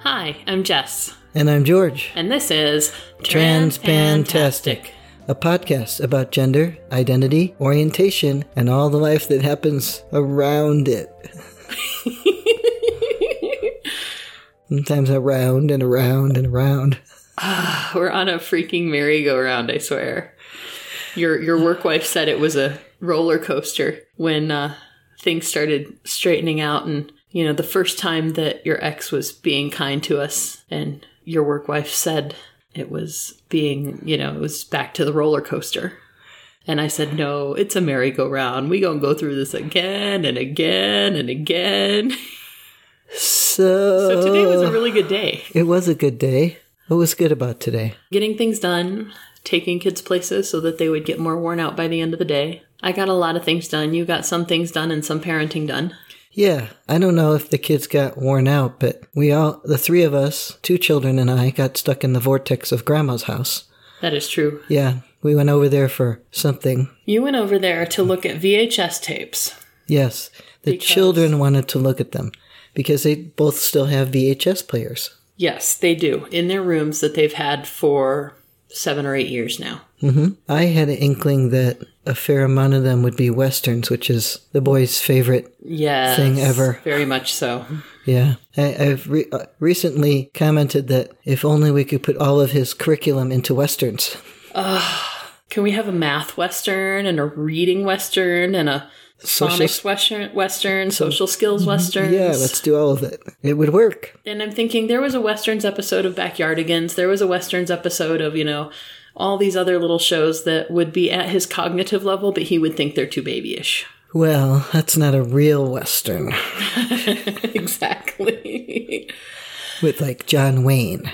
Hi, I'm Jess, And I'm George, and this is Transpantastic. a podcast about gender, identity, orientation, and all the life that happens around it. Sometimes around and around and around. We're on a freaking merry-go-round, I swear. Your your work wife said it was a roller coaster when uh, things started straightening out, and you know the first time that your ex was being kind to us, and your work wife said it was being, you know, it was back to the roller coaster. And I said, "No, it's a merry-go-round. We gonna go through this again and again and again." So, So today was a really good day. it was a good day. What was good about today? getting things done, taking kids places so that they would get more worn out by the end of the day. I got a lot of things done. You got some things done and some parenting done. Yeah, I don't know if the kids got worn out, but we all, the three of us, two children and I, got stuck in the vortex of grandma's house. That is true. Yeah, we went over there for something. You went over there to look at VHS tapes. Yes, the children wanted to look at them because they both still have VHS players. Yes, they do in their rooms that they've had for seven or eight years now. I had an inkling that a fair amount of them would be westerns, which is the boys' favorite. Yes, Thing ever. Very much so. Yeah, I, I've re- uh, recently commented that if only we could put all of his curriculum into westerns. Can we have a math western and a reading western and a Social Mm-hmm. phonics western, western, social skills western? Yeah, let's do all of it. It would work. And I'm thinking there was a Westerns episode of Backyardigans. There was a Westerns episode of, you know, all these other little shows that would be at his cognitive level, but he would think they're too babyish. Well, that's not a real western exactly. with like John Wayne.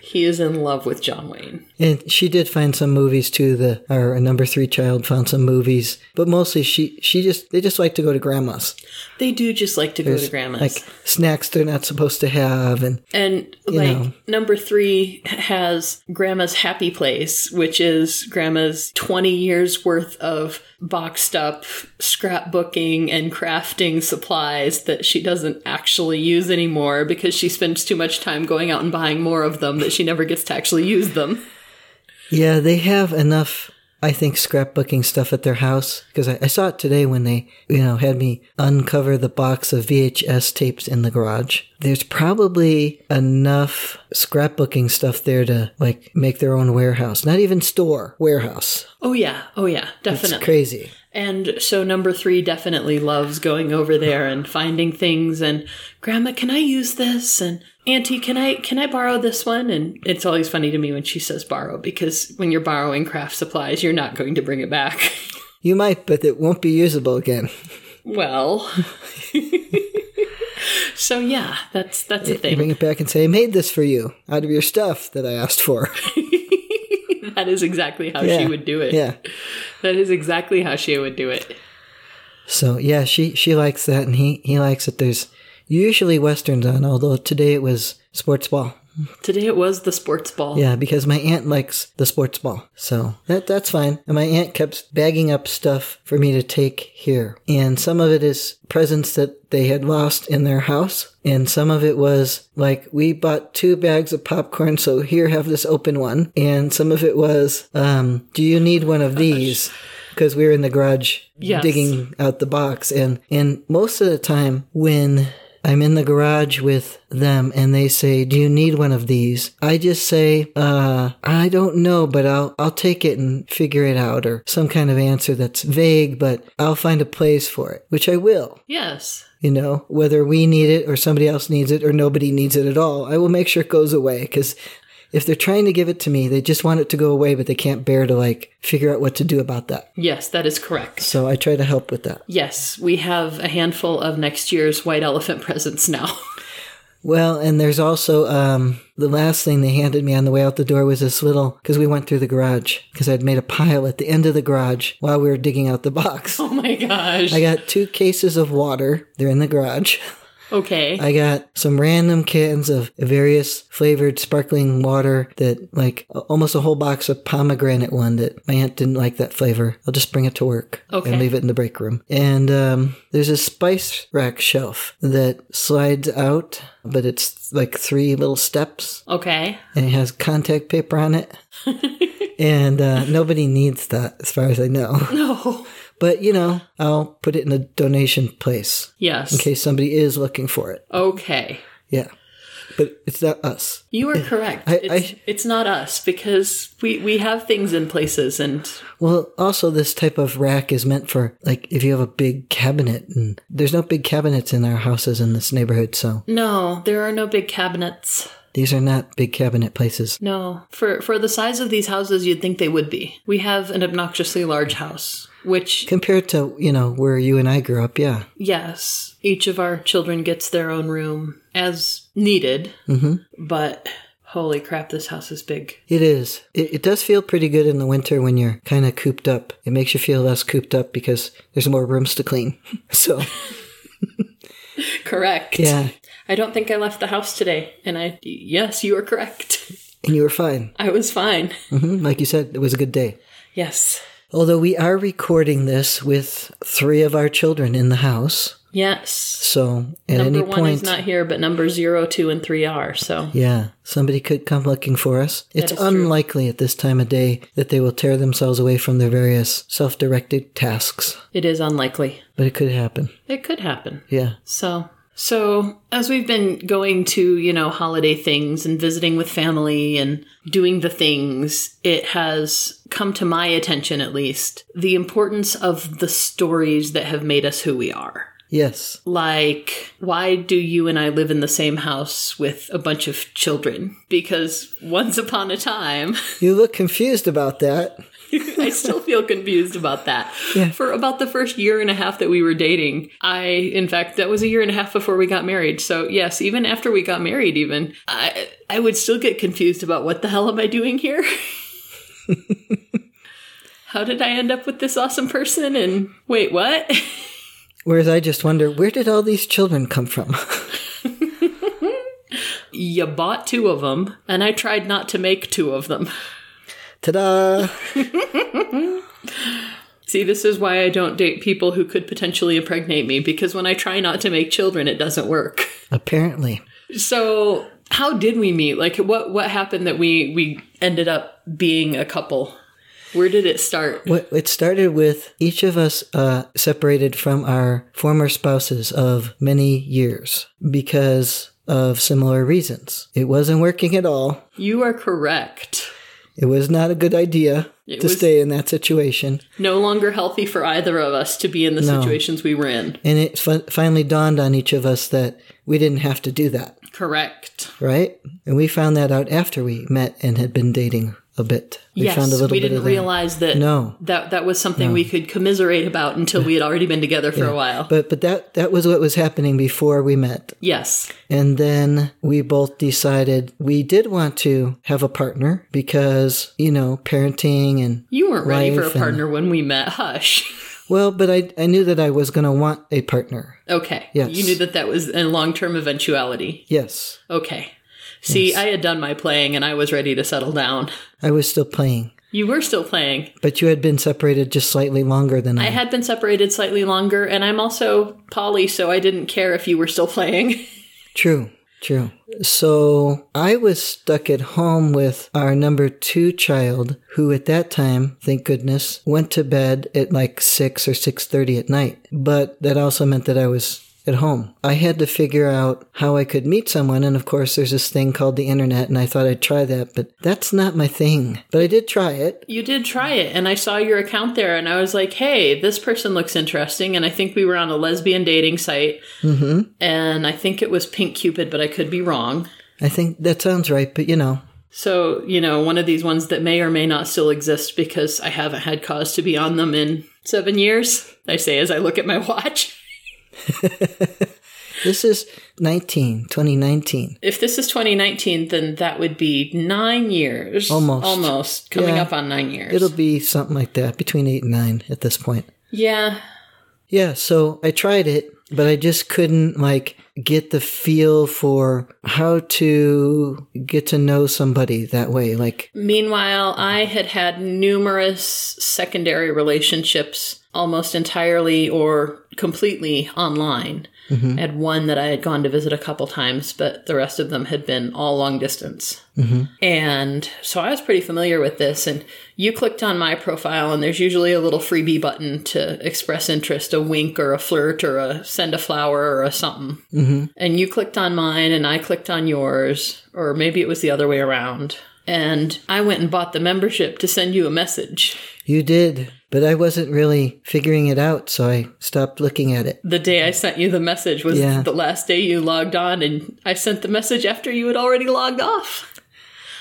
He is in love with John Wayne. And she did find some movies too. The our number three child found some movies, but mostly she she just they just like to go to grandma's. They do just like to go to grandma's. Like snacks they're not supposed to have, and and like know. number three has grandma's happy place, which is grandma's 20 years worth of boxed up scrapbooking and crafting supplies that she doesn't actually use anymore because she spends too much time going out and buying more of them that she never gets to actually use them. yeah, they have enough. I think scrapbooking stuff at their house because I, I saw it today when they you know had me uncover the box of VHS tapes in the garage. There's probably enough scrapbooking stuff there to like make their own warehouse, not even store warehouse. Oh, yeah. Oh, yeah. Definitely. It's crazy. And so number three definitely loves going over there and finding things and grandma, can I use this? And auntie, can I, can I borrow this one? And it's always funny to me when she says borrow because when you're borrowing craft supplies, you're not going to bring it back. You might, but it won't be usable again. well, so yeah, that's, that's a You thing. bring it back and say, I made this for you out of your stuff that I asked for. That is exactly how she Yeah. would do it. yeah. That is exactly how she would do it. So yeah, she she likes that and he he likes that there's usually westerns on, although today it was sports ball. Today it was the sports ball. Yeah, because my aunt likes the sports ball. So that that's fine. And my aunt kept bagging up stuff for me to take here. And some of it is presents that they had lost in their house. And some of it was like, we bought two bags of popcorn, so here have this open one. And some of it was, um, do you need one of these? Because we were in the garage Yes. digging out the box. And, and most of the time when I'm in the garage with them and they say, do you need one of these? I just say, uh, I don't know, but I'll, I'll take it and figure it out or some kind of answer that's vague, but I'll find a place for it, which I will, Yes. you know, whether we need it or somebody else needs it or nobody needs it at all. I will make sure it goes away because if they're trying to give it to me, they just want it to go away, but they can't bear to like figure out what to do about that. Yes, that is correct. So I try to help with that. Yes, we have a handful of next year's white elephant presents now. Well, and there's also um, the last thing they handed me on the way out the door was this little because we went through the garage because I'd made a pile at the end of the garage while we were digging out the box. oh my gosh. I got two cases of water. They're in the garage. Okay. I got some random cans of various flavored sparkling water that, like, a- almost a whole box of pomegranate one that my aunt didn't like that flavor. I'll just bring it to work Okay. and leave it in the break room. And um, there's a spice rack shelf that slides out, but it's like three little steps okay. and it has contact paper on it. and uh, nobody needs that, as far as I know. No. But, you know, I'll put it in a donation place Yes. in case somebody is looking for it. Okay. Yeah. But it's not us. You are correct. I- it's, I- it's not us because we, we have things in places and Well, also, this type of rack is meant for, like, if you have a big cabinet, and there's no big cabinets in our houses in this neighborhood, so no, there are no big cabinets. these are not big cabinet places. No. For for the size of these houses you'd think they would be. We have an obnoxiously large house, which Compared to, you know, where you and I grew up, yeah. yes, each of our children gets their own room as needed. Mm-hmm. But holy crap, this house is big. It is. It, it does feel pretty good in the winter when you're kind of cooped up. It makes you feel less cooped up because there's more rooms to clean. so, Correct. yeah. I don't think I left the house today and I yes, you are correct. And you were fine. I was fine. hmm Like you said, it was a good day. Yes. Although we are recording this with three of our children in the house, Yes. so at Number any one point, is not here, but number zero, two, and three are. So yeah, somebody could come looking for us. It's is true. unlikely at this time of day that they will tear themselves away from their various self-directed tasks, it is unlikely. but it could happen. It could happen. Yeah, So, so as we've been going to, you know, holiday things and visiting with family and doing the things, it has come to my attention at least the importance of the stories that have made us who we are. yes, Like, why do you and I live in the same house with a bunch of children? Because once upon a time, you look confused about that. I still feel confused about that. For about the first year and a half that we were dating, I, in fact, that was a year and a half before we got married. So, yes, even after we got married, even, I, I would still get confused about what the hell am I doing here? How did I end up with this awesome person? And wait, what? Whereas I just wonder, where did all these children come from? you bought two of them, and I tried not to make two of them. Ta-da! See, this is why I don't date people who could potentially impregnate me, because when I try not to make children, it doesn't work. Apparently, So how did we meet? Like what what happened that we we ended up being a couple? Where did it start? What it started with each of us uh, separated from our former spouses of many years because of similar reasons. It wasn't working at all. You are correct. It was not a good idea to was- stay in that situation. No longer healthy for either of us to be in the situations we were in. And it fin- finally dawned on each of us that we didn't have to do that, Correct. right? And we found that out after we met and had been dating a bit. We yes, found a little we bit didn't of that. realize that No. that that was something we could commiserate about until we had already been together for a while. But but that that was what was happening before we met. yes. And then we both decided we did want to have a partner because, you know, parenting and, You weren't ready for a Life and- partner when we met. Hush. well, but I, I knew that I was going to want a partner. Okay. Yes. You knew that that was a long-term eventuality. Yes. Okay. See, I had done my playing and I was ready to settle down. I was still playing, You were still playing. but you had been separated just slightly longer than I. I had been separated slightly longer, and I'm also poly, so I didn't care if you were still playing. True. True. So I was stuck at home with our number two child, who at that time, thank goodness, went to bed at like six or six thirty at night. But that also meant that I was at home. I had to figure out how I could meet someone, and of course, there's this thing called the internet, and I thought I'd try that, but that's not my thing. But I did try it. you did try it, and I saw your account there, and I was like, hey, this person looks interesting. And I think we were on a lesbian dating site, mm-hmm. and I think it was Pink Cupid, but I could be wrong. I think that sounds right, but you know, So, you know, one of these ones that may or may not still exist because I haven't had cause to be on them in seven years, I say as I look at my watch. this is 19, 2019. If this is 2019, then that would be nine years. Almost. Almost. Coming Yeah. up on nine years. It'll be something like that, between eight and nine at this point. yeah. Yeah, so I tried it but I just couldn't like get the feel for how to get to know somebody that way. Like, Meanwhile, I had had numerous secondary relationships almost entirely or completely online. I had one that I had gone to visit a couple times, but the rest of them had been all long distance. And so I was pretty familiar with this. And you clicked on my profile, and there's usually a little freebie button to express interest a wink or a flirt or a send a flower or a something. Mm-hmm. And you clicked on mine, and I clicked on yours, or maybe it was the other way around. And I went and bought the membership to send you a message you did, but I wasn't really figuring it out, so I stopped looking at it. the day I sent you the message was Yeah. the last day you logged on, and I sent the message after you had already logged off.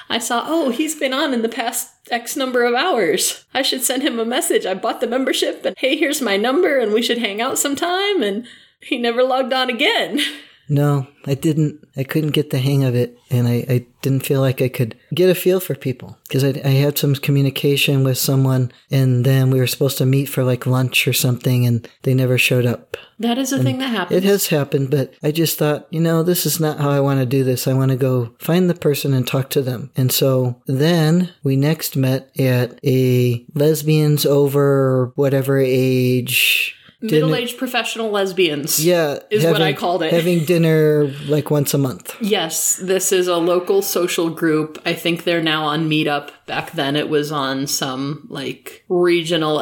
I saw, oh, he's been on in the past X number of hours. I should send him a message. I bought the membership, and hey, here's my number, and we should hang out sometime. And he never logged on again. No, I didn't. I couldn't get the hang of it, and I, I didn't feel like I could get a feel for people because I, I had some communication with someone, and then we were supposed to meet for like lunch or something, and they never showed up. That is a thing that It happens. has happened, but I just thought, you know, this is not how I want to do this. I want to go find the person and talk to them. And so then we next met at a lesbians over whatever age. Middle aged professional lesbians. Yeah. Is what I called it. Having dinner like once a month. Yes, this is a local social group. I think they're now on Meetup. Back then it was on some like regional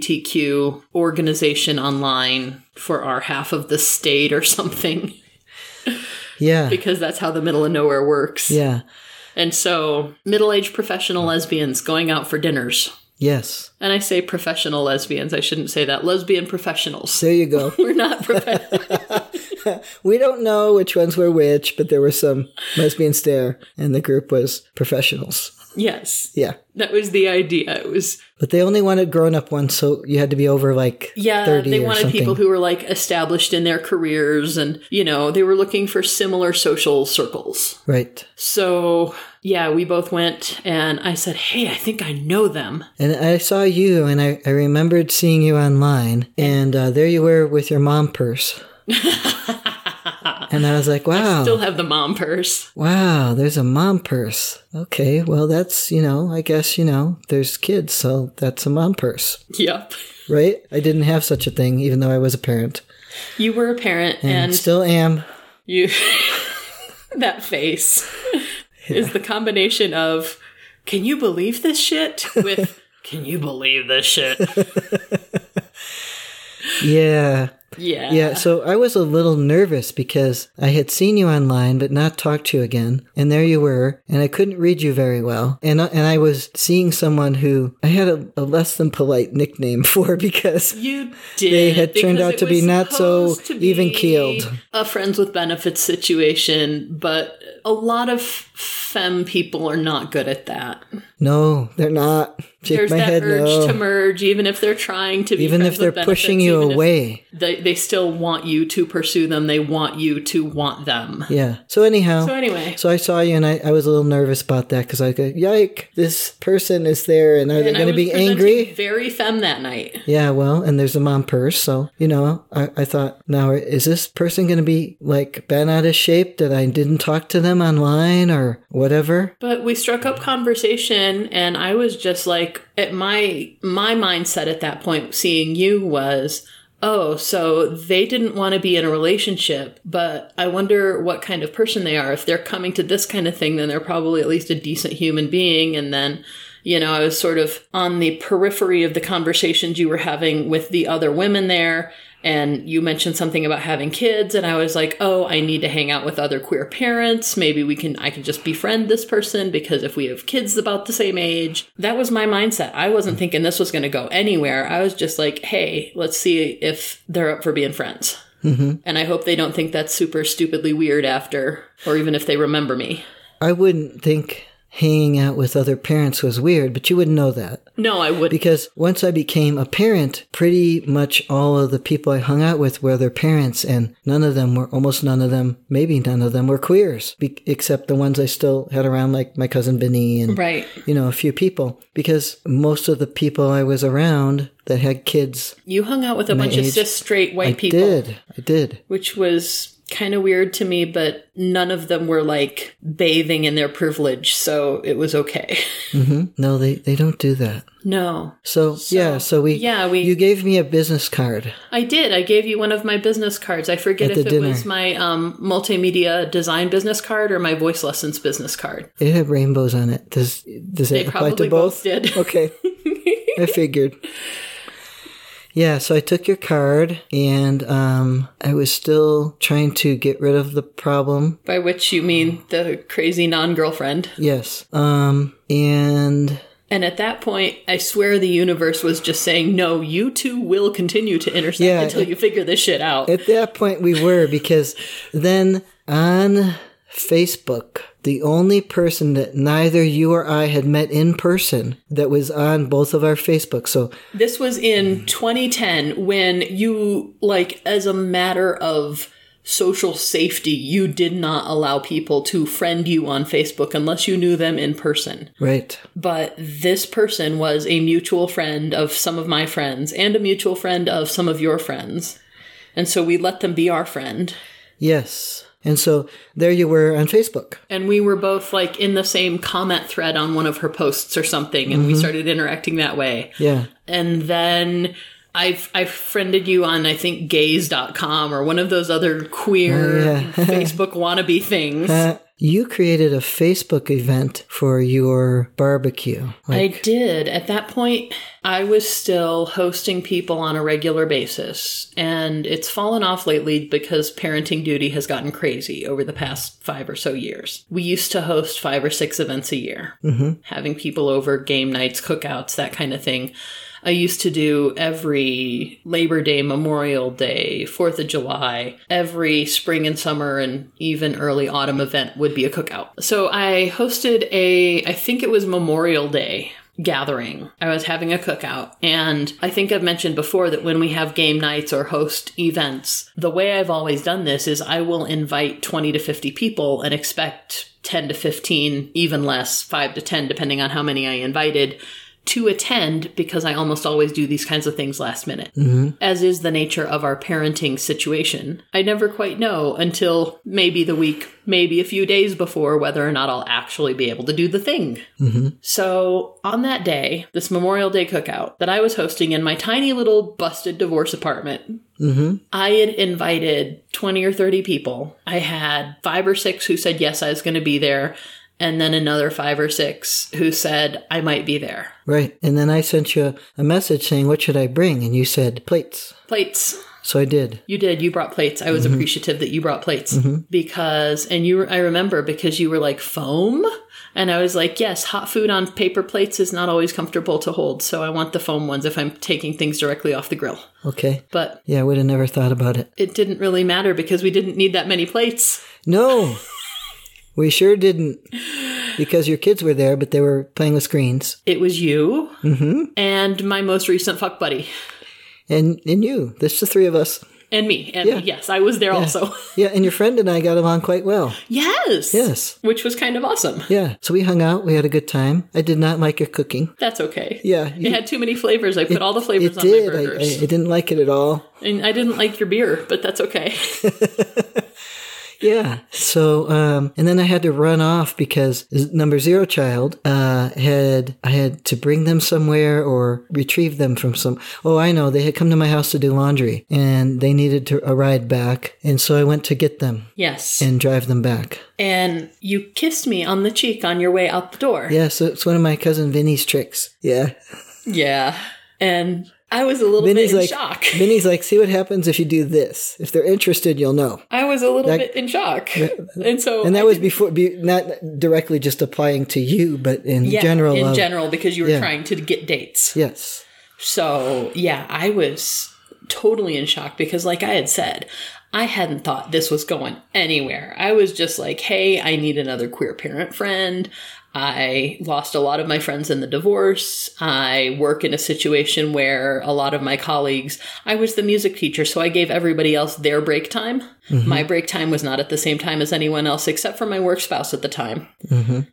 LGBTQ organization online for our half of the state or something Yeah. because that's how the middle of nowhere works. Yeah. And so, middle-aged professional lesbians going out for dinners. Yes. And I say professional lesbians, I shouldn't say that. Lesbian professionals. There you go. We're not profe- we don't know which ones were which, but there were some lesbians there, and the group was professionals. Yes. Yeah. That was the idea. It was But they only wanted grown up ones, so you had to be over like Yeah, 30 they or wanted something. people who were like established in their careers and, you know, they were looking for similar social circles. Right. So, yeah, we both went and I said, Hey, I think I know them. And I saw you, and I, I remembered seeing you online, and uh, there you were with your mom purse. and I was like, wow, Still have the mom purse. wow, there's a mom purse. Okay, well, that's, you know, I guess, you know, there's kids, so that's a mom purse, Yep. right? I didn't have such a thing, even though I was a parent. You were a parent and, Still am. you. that face is the combination of, Can you believe this shit? with, Can you believe this shit? Yeah. Yeah. Yeah, so I was a little nervous because I had seen you online but not talked to you again. And there you were, and I couldn't read you very well. And I, and I was seeing someone who I had a, a less than polite nickname for because You did. They had turned because out it to be was not so supposed to be even-keeled. A friends with benefits situation, but a lot of femme people are not good at that. no, they're not. Shake There's my that head urge no. to merge, even if they're trying to be even friends if they're with benefits, pushing you even if away. They, they still want you to pursue them. They want you to want them. Yeah. So anyhow, So, anyway, So I saw you, and I, I was a little nervous about that because I go, "Yike! This person is there, and are they and I going to was be presenting angry?" Very femme that night. Yeah, well, and there's a mom purse, so you know, I, I thought, now is this person going to be like bent out of shape that I didn't talk to them online or whatever? But we struck up conversation and I was just like at my my mindset at that point seeing you was oh so they didn't want to be in a relationship but I wonder what kind of person they are if they're coming to this kind of thing then they're probably at least a decent human being and then you know I was sort of on the periphery of the conversations you were having with the other women there and you mentioned something about having kids and i was like oh i need to hang out with other queer parents maybe we can i can just befriend this person because if we have kids about the same age that was my mindset i wasn't thinking this was going to go anywhere i was just like hey let's see if they're up for being friends and i hope they don't think that's super stupidly weird after or even if they remember me I wouldn't think hanging out with other parents was weird, but you wouldn't know that. no i would Because once I became a parent, pretty much all of the people I hung out with were their parents, and none of them were, almost none of them, maybe none of them were queers, be- except the ones I still had around, like my cousin Benny and right you know, a few people because most of the people I was around that had kids. You hung out with a My bunch of age- cis straight white I people, did. I did. which was kind of weird to me, but none of them were like bathing in their privilege, so it was okay. hmm No, they, they don't do that. no. So, yeah, so we yeah, we- you gave me a business card. I did. I gave you one of my business cards. I forget At if it the dinner. was my um, multimedia design business card or my voice lessons business card. It had rainbows on it. Does does it apply probably to both? both did. Okay. I figured. Yeah, so I took your card and um, I was still trying to get rid of the problem. By which you mean Oh. the crazy non girlfriend. Yes. Um, and And at that point, I swear the universe was just saying, no, you two will continue to intersect Yeah, until you figure this shit out. At that point, we were because then on Facebook, the only person that neither you or I had met in person that was on both of our Facebook. So this was in 2010 when you, like, as a matter of social safety, you did not allow people to friend you on Facebook unless you knew them in person. right, But this person was a mutual friend of some of my friends and a mutual friend of some of your friends. And so we let them be our friend. yes, and so there you were on Facebook. And we were both like in the same comment thread on one of her posts or something, and we started interacting that way. Yeah, And then I've I've friended you on I think gays.com or one of those other queer Facebook wannabe things. Uh, you created a Facebook event for your barbecue. I Like, did. At that point, I was still hosting people on a regular basis, and it's fallen off lately because parenting duty has gotten crazy over the past five or so years. We used to host five or six events a year, mm-hmm. having people over, game nights, cookouts, that kind of thing. I used to do every Labor Day, Memorial Day, Fourth of July, every spring and summer, and even early autumn event would be a cookout. So I hosted a, I think it was Memorial Day gathering. I was having a cookout, and I think I've mentioned before that when we have game nights or host events, the way I've always done this is I will invite 20 to 50 people and expect 10 to 15, even less, 5 to 10, depending on how many I invited to attend because I almost always do these kinds of things last minute, as is the nature of our parenting situation. I never quite know until maybe the week, maybe a few days before, whether or not I'll actually be able to do the thing. So, on that day, this Memorial Day cookout that I was hosting in my tiny little busted divorce apartment, I had invited 20 or 30 people. I had five or six who said, Yes, I was going to be there. And then another five or six who said, I might be there. right. And then I sent you a message saying, "What should I bring?" And you said plates. Plates. So I did. You did. You brought plates. I was Mm-hmm. appreciative that you brought plates because, and you, I remember because you were like foam. And I was like, yes, hot food on paper plates is not always comfortable to hold. So I want the foam ones if I'm taking things directly off the grill. Okay. But Yeah, I would have never thought about it. it didn't really matter because we didn't need that many plates. No, we sure didn't. Because your kids were there, but they were playing with screens. It was you Mm-hmm. and my most recent fuck buddy And and you, that's the three of us. and me. And yes, I was there also. Yeah, and your friend and I got along quite well. yes. Yes. Which was kind of awesome. Yeah. So we hung out, we had a good time. I did not like your cooking. That's okay. Yeah. It had too many flavors. I put all the flavors It on did. my I, I, burgers. I didn't like it at all. And I didn't like your beer, but that's okay. Yeah. So, um, and then I had to run off because number zero child, uh, had, I had to bring them somewhere or retrieve them from some, oh, I know. They had come to my house to do laundry and they needed to, a ride back. And so I went to get them Yes. And, and drive them back. you kissed me on the cheek on your way out the door. Yeah. So it's one of my cousin Vinny's tricks. Yeah. Yeah. And I was a little Vinny's bit in like, shock. Vinny's like, see what happens if you do this. If they're interested, you'll know. I was a little bit in shock. and so And that I was didn't- before, be, not directly just applying to you, but in yeah, general. in of- general because you were yeah. trying to get dates. Yes. So, yeah, I was totally in shock because like I had said, I hadn't thought this was going anywhere. I was just like, "Hey, I need another queer parent friend." I lost a lot of my friends in the divorce. I work in a situation where a lot of my colleagues, I was the music teacher, so I gave everybody else their break time. My break time was not at the same time as anyone else, except for my work spouse at the time.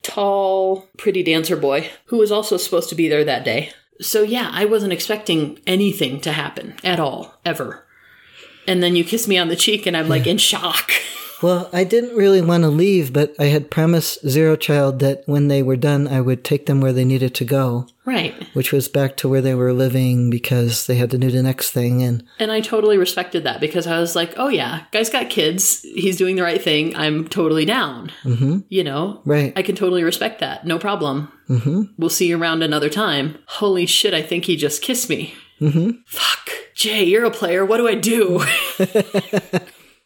Tall, pretty dancer boy, who was also supposed to be there that day. So yeah, I wasn't expecting anything to happen at all, ever. And then you kiss me on the cheek, and I'm like in shock. Well, I didn't really want to leave, but I had promised Zero Child that when they were done, I would take them where they needed to go, right. which was back to where they were living because they had to do the next thing. And And I totally respected that because I was like, oh yeah, guy's got kids. He's doing the right thing. I'm totally down. Mm-hmm. You know, right, I can totally respect that. No problem. Mm-hmm. We'll see you around another time. Holy shit, I think he just kissed me. Mm-hmm. Fuck. Jay, you're a player. What do I do?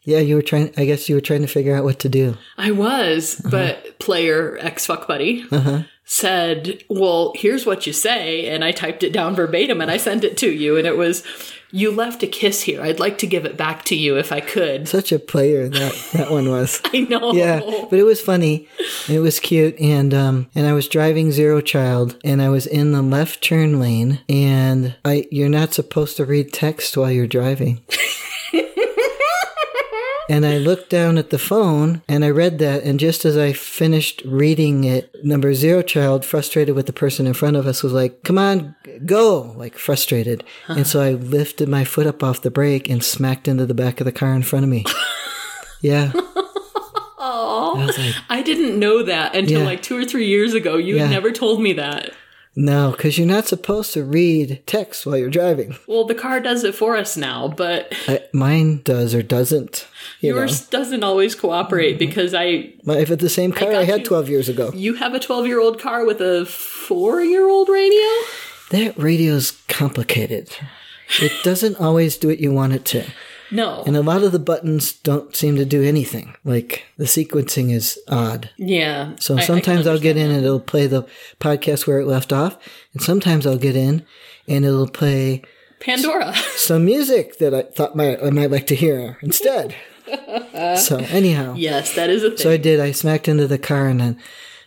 yeah, you were trying. I guess you were trying to figure out what to do. I was, Uh-huh. but player ex fuck buddy said, Well, here's what you say. And I typed it down verbatim and I sent it to you. And it was, You left a kiss here. I'd like to give it back to you if I could. Such a player that that one was. I know. Yeah, but it was funny. It was cute, and um, and I was driving Zero Child, and I was in the left turn lane, and I you're not supposed to read text while you're driving. and I looked down at the phone, and I read that, and just as I finished reading it, number Zero Child, frustrated with the person in front of us, was like, "Come on, go!" Like frustrated, and so I lifted my foot up off the brake and smacked into the back of the car in front of me. Yeah. I was like, I didn't know that until Yeah. like two or three years ago. You had Yeah. never told me that. No, because you're not supposed to read text while you're driving. Well, the car does it for us now, but I, mine does or doesn't. You know, Mm-hmm. yours doesn't always cooperate because I My- if it's the same car I, got had you. 12 years ago, you have a 12-year-old car with a 4-year-old radio? that radio's complicated. It doesn't always do what you want it to. No. And a lot of the buttons don't seem to do anything. Like the sequencing is odd. Yeah. So sometimes I, will get in and it'll play the podcast where it left off. And sometimes I'll get in and it'll play Pandora. some music that I thought might, I might like to hear instead. so, anyhow. yes, that is a thing. So I did. I smacked into the car, and then,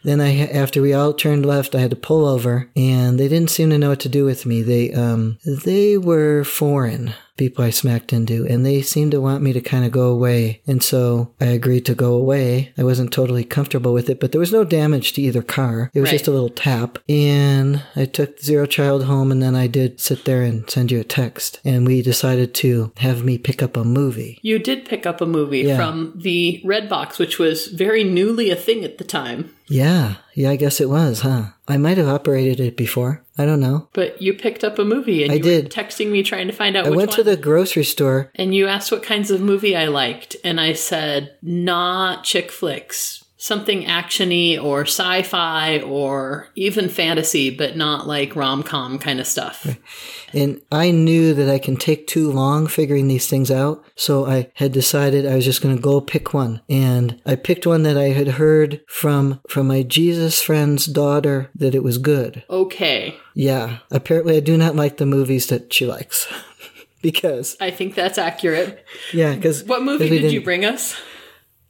then I after we all turned left, I had to pull over, and they didn't seem to know what to do with me. They um they were foreign people I smacked into, and they seemed to want me to kind of go away, and so I agreed to go away. I wasn't totally comfortable with it, but there was no damage to either car. It was Right. just a little tap, and I took Zero Child home, and then I did sit there and send you a text, and we decided to have me pick up a movie. you did pick up a movie from the Red Box, which was very newly a thing at the time. Yeah, yeah, I guess it was, huh? I might have operated it before. I don't know. But you picked up a movie and you were did. texting me trying to find out I which went one. to the grocery store. and you asked what kinds of movie I liked, and I said not chick flicks, something actiony or sci-fi or even fantasy, but not like rom-com kind of stuff. And I knew that I can take too long figuring these things out. So I had decided I was just going to go pick one. And I picked one that I had heard from, from my Jesus friend's daughter that it was good. Okay, Yeah. Apparently I do not like the movies that she likes. because, I think that's accurate. yeah, because. What movie did you bring us?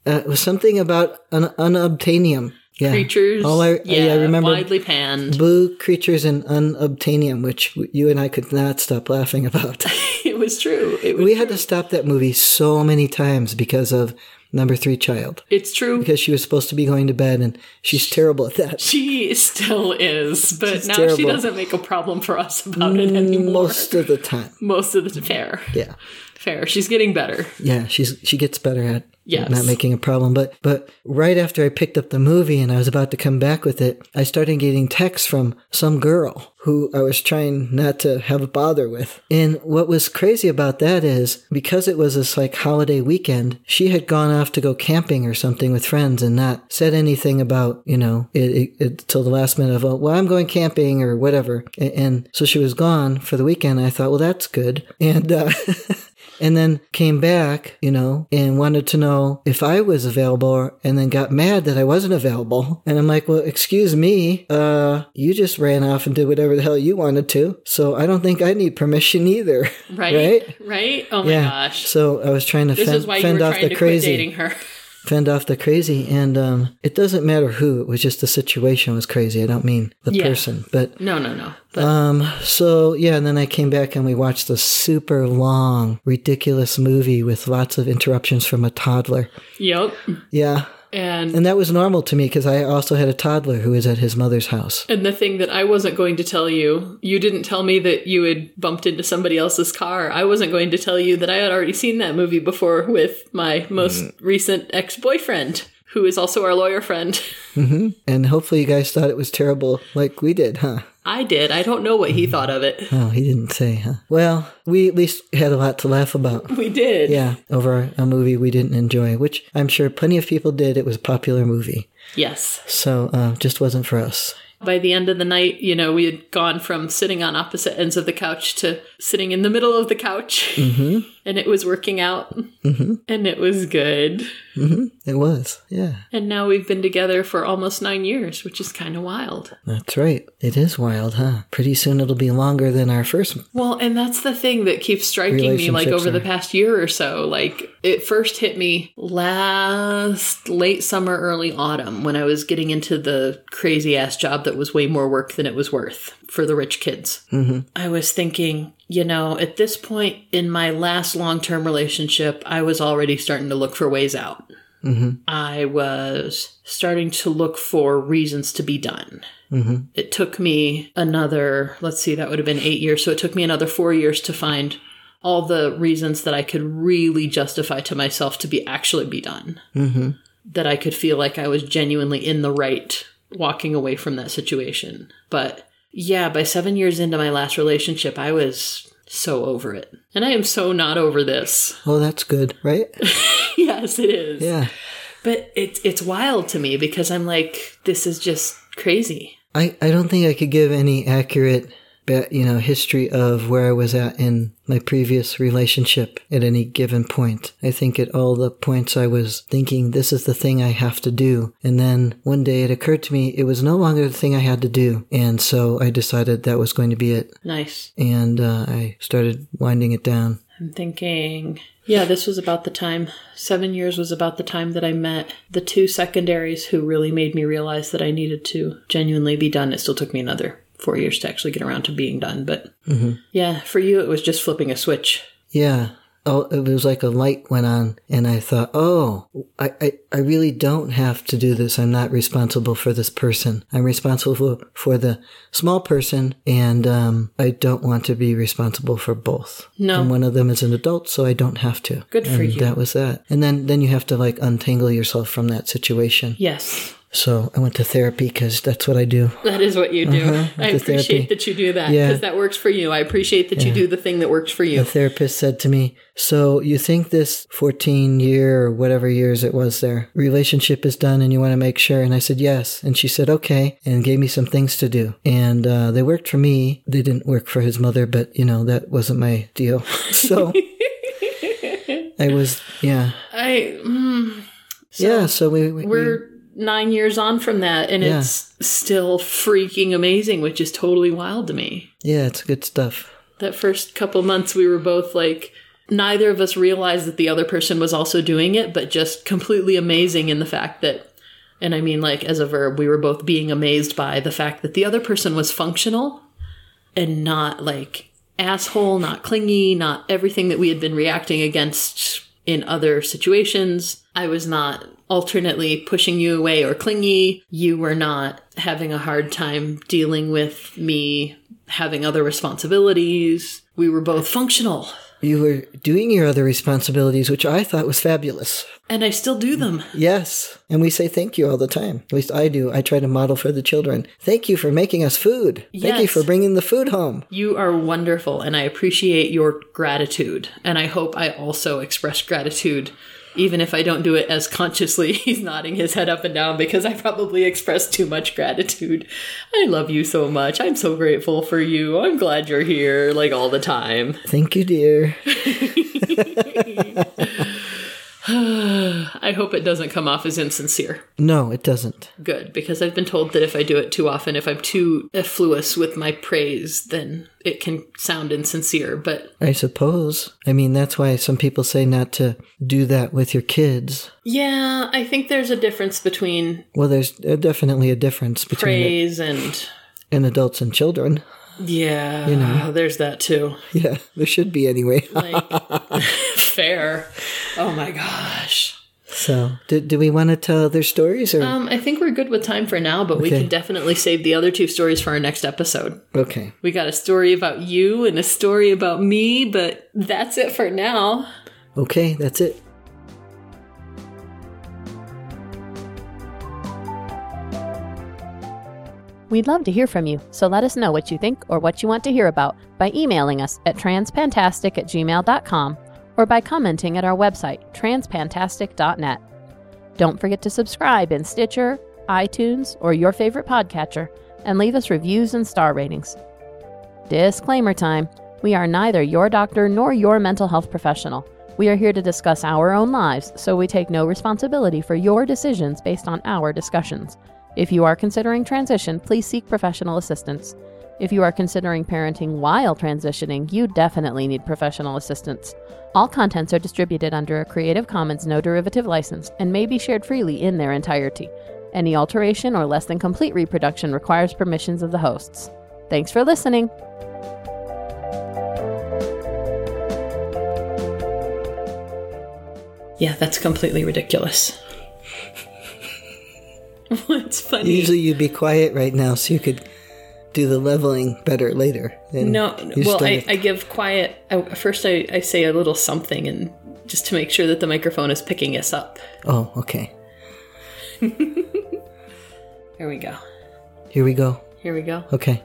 Uh, it was something about an unobtainium. Yeah. Creatures. All I, yeah, I remember widely panned. Blue creatures and unobtainium, which w- you and I could not stop laughing about. It was true. It was, we had to stop that movie so many times because of number three child, it's true. because she was supposed to be going to bed and she's terrible at that. She still is, but now she terrible. doesn't make a problem for us about it anymore. Most, Most of the time. of the fair, Yeah. fair. She's getting better. Yeah. She's, she gets better at Yes. not making a problem. But, but right after I picked up the movie and I was about to come back with it, I started getting texts from some girl who I was trying not to have a bother with. And what was crazy about that is because it was this like holiday weekend, she had gone off to go camping or something with friends and not said anything about, you know, it, it, it till the last minute of, oh, well, I'm going camping or whatever. And, and so she was gone for the weekend. I thought, well, that's good. And, uh, and then came back, you know, and wanted to know if I was available and then got mad that I wasn't available. And I'm like, well, excuse me, uh, you just ran off and did whatever the hell you wanted to. So I don't think I need permission either. Right, right. Right? Oh my gosh. So I was trying to This fend, is why you were fend off trying the to crazy, quit dating her. fend off the crazy. And, um, it doesn't matter who, it was just the situation was crazy. I don't mean the Yeah. person, but No, no, no. But um, so yeah, and then I came back and we watched a super long, ridiculous movie with lots of interruptions from a toddler. yep. Yeah. And And that was normal to me because I also had a toddler who was at his mother's house. And the thing that I wasn't going to tell you, you didn't tell me that you had bumped into somebody else's car. I wasn't going to tell you that I had already seen that movie before with my most Mm. recent ex boyfriend, who is also our lawyer friend. hmm And hopefully you guys thought it was terrible like we did, huh? I did. I don't know what he thought of it. Oh, he didn't say, huh? Well, we at least had a lot to laugh about. We did. Yeah, over a movie we didn't enjoy, which I'm sure plenty of people did. It was a popular movie. Yes. So, uh, just wasn't for us. By the end of the night, you know, we had gone from sitting on opposite ends of the couch to sitting in the middle of the couch. Mm-hmm. And it was working out. Mm-hmm. And it was good. It was. Yeah, And now we've been together for almost nine years, which is kind of wild. that's right. It is wild, huh? Pretty soon it'll be longer than our first. Well, and that's the thing that keeps striking me like Relationships over the are- past year or so. Like it first hit me last late summer, early autumn when I was getting into the crazy ass job that was way more work than it was worth for the rich kids. Mm-hmm. I was thinking, you know, at this point in my last long term relationship, I was already starting to look for ways out. Mm-hmm. I was starting to look for reasons to be done it took me another let's see that would have been eight years so it took me another four years to find all the reasons that i could really justify to myself to be actually be done Mm-hmm. that i could feel like i was genuinely in the right walking away from that situation but yeah by seven years into my last relationship i was so over it and i am so not over this Oh, that's good, right? yes it is Yeah. but it's it's wild to me because i'm like this is just crazy I, I don't think I could give any accurate ba- you know history of where I was at in my previous relationship at any given point. I think at all the points I was thinking this is the thing I have to do and then one day it occurred to me it was no longer the thing I had to do and so I decided that was going to be it nice and uh, I started winding it down. I'm thinking, yeah, this was about the time, seven years was about the time that I met the two secondaries who really made me realize that I needed to genuinely be done. It still took me another four years to actually get around to being done. But Mm-hmm. yeah, for you, it was just flipping a switch. Yeah. Oh, it was like a light went on, and I thought, oh, I, I, I really don't have to do this. I'm not responsible for this person. I'm responsible for, for the small person, and um, I don't want to be responsible for both. No. And one of them is an adult, so I don't have to. Good for And you. That was that. And then, then you have to like untangle yourself from that situation. Yes, So I went to therapy because that's what I do. that is what you do. I Uh-huh. the appreciate therapy. that you do that Yeah. because that works for you. I appreciate that you do the thing that works for you. The therapist said to me, So you think this 14 year or whatever years it was there relationship is done and you want to make sure? And I said, Yes. And she said, Okay. And gave me some things to do. And uh, they worked for me. They didn't work for his mother, but you know, that wasn't my deal. so I was, yeah. I, mm, yeah. So we, we, we're nine years on from that and Yeah. it's still freaking amazing, which is totally wild to me. yeah, it's good stuff. that first couple months we were both like neither of us realized that the other person was also doing it but just completely amazing in the fact that and i mean like as a verb we were both being amazed by the fact that the other person was functional and not like asshole not clingy not everything that we had been reacting against in other situations i was not alternately pushing you away or clingy you were not having a hard time dealing with me having other responsibilities. We were both functional, You were doing your other responsibilities, which I thought was fabulous. and I still do them. Yes. And we say thank you all the time. At least I do. I try to model for the children. Thank you for making us food. Thank you Yes. for bringing the food home. You are wonderful, and I appreciate your gratitude. And I hope I also express gratitude, even if I don't do it as consciously. He's nodding his head up and down because I probably express too much gratitude. I love you so much. I'm so grateful for you. I'm glad you're here, like all the time. Thank you, dear. I hope it doesn't come off as insincere. No, it doesn't. good because I've been told that if I do it too often, if I'm too effluous with my praise, then it can sound insincere. But I suppose. I mean, that's why some people say not to do that with your kids. yeah, I think there's a difference between Well, there's uh, definitely a difference between praise and in adults and children. yeah, there's that too. Yeah, there should be anyway. Like fair. Oh my gosh. So, do, do we want to tell other stories or Um, I think we're good with time for now, but we Okay. can definitely save the other two stories for our next episode. okay? We got a story about you and a story about me, but that's it for now. Okay, that's it. We'd love to hear from you, so let us know what you think or what you want to hear about by emailing us at transpantastic at gmail.com or by commenting at our website, transpantastic.net. Don't forget to subscribe in Stitcher, iTunes, or your favorite podcatcher and leave us reviews and star ratings. Disclaimer time we are neither your doctor nor your mental health professional. We are here to discuss our own lives, so we take no responsibility for your decisions based on our discussions. If you are considering transition, please seek professional assistance. If you are considering parenting while transitioning, you definitely need professional assistance. All contents are distributed under a Creative Commons no derivative license and may be shared freely in their entirety. Any alteration or less than complete reproduction requires permissions of the hosts. Thanks for listening! Yeah, that's completely ridiculous. What's funny? Usually you'd be quiet right now so you could do the leveling better later. And no, you well, I, started- I give quiet. I, first, I, I say a little something, and just to make sure that the microphone is picking us up. Oh, okay. Here we go. Here we go. Here we go. Okay.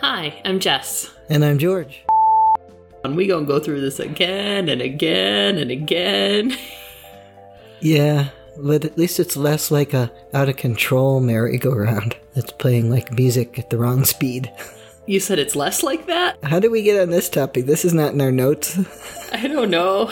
Hi, I'm Jess. And I'm George. And we gonna go through this again and again and again. Yeah, but at least it's less like a out of control merry-go-round that's playing like music at the wrong speed. You said it's less like that? How did we get on this topic? This is not in our notes. I don't know.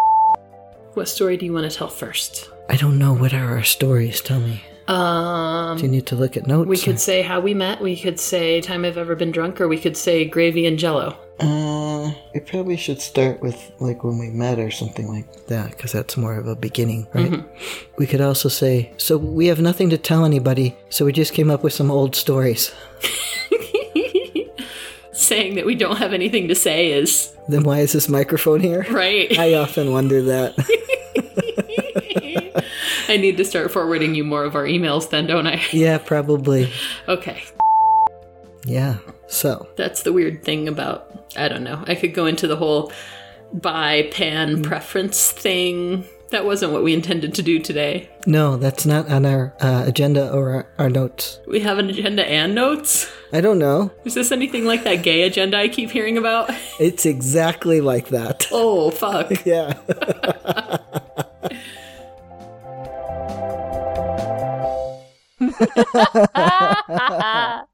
what story do you want to tell first? I don't know what are our stories. Tell me. Um, Do you need to look at notes? we could say how we met. We could say time I've ever been drunk, or we could say gravy and jello. Uh, we probably should start with like when we met or something like that, because that's more of a beginning, right? Mm-hmm. We could also say, so we have nothing to tell anybody, so we just came up with some old stories. Saying that we don't have anything to say is Then why is this microphone here? right. I often wonder that. I need to start forwarding you more of our emails, then, don't I? yeah, probably. Okay. Yeah. So, That's the weird thing about I don't know. I could go into the whole by pan preference thing. That wasn't what we intended to do today. no, that's not on our uh, agenda or our, our notes. We have an agenda and notes. I don't know. Is this anything like that gay agenda I keep hearing about? It's exactly like that. Oh fuck. yeah.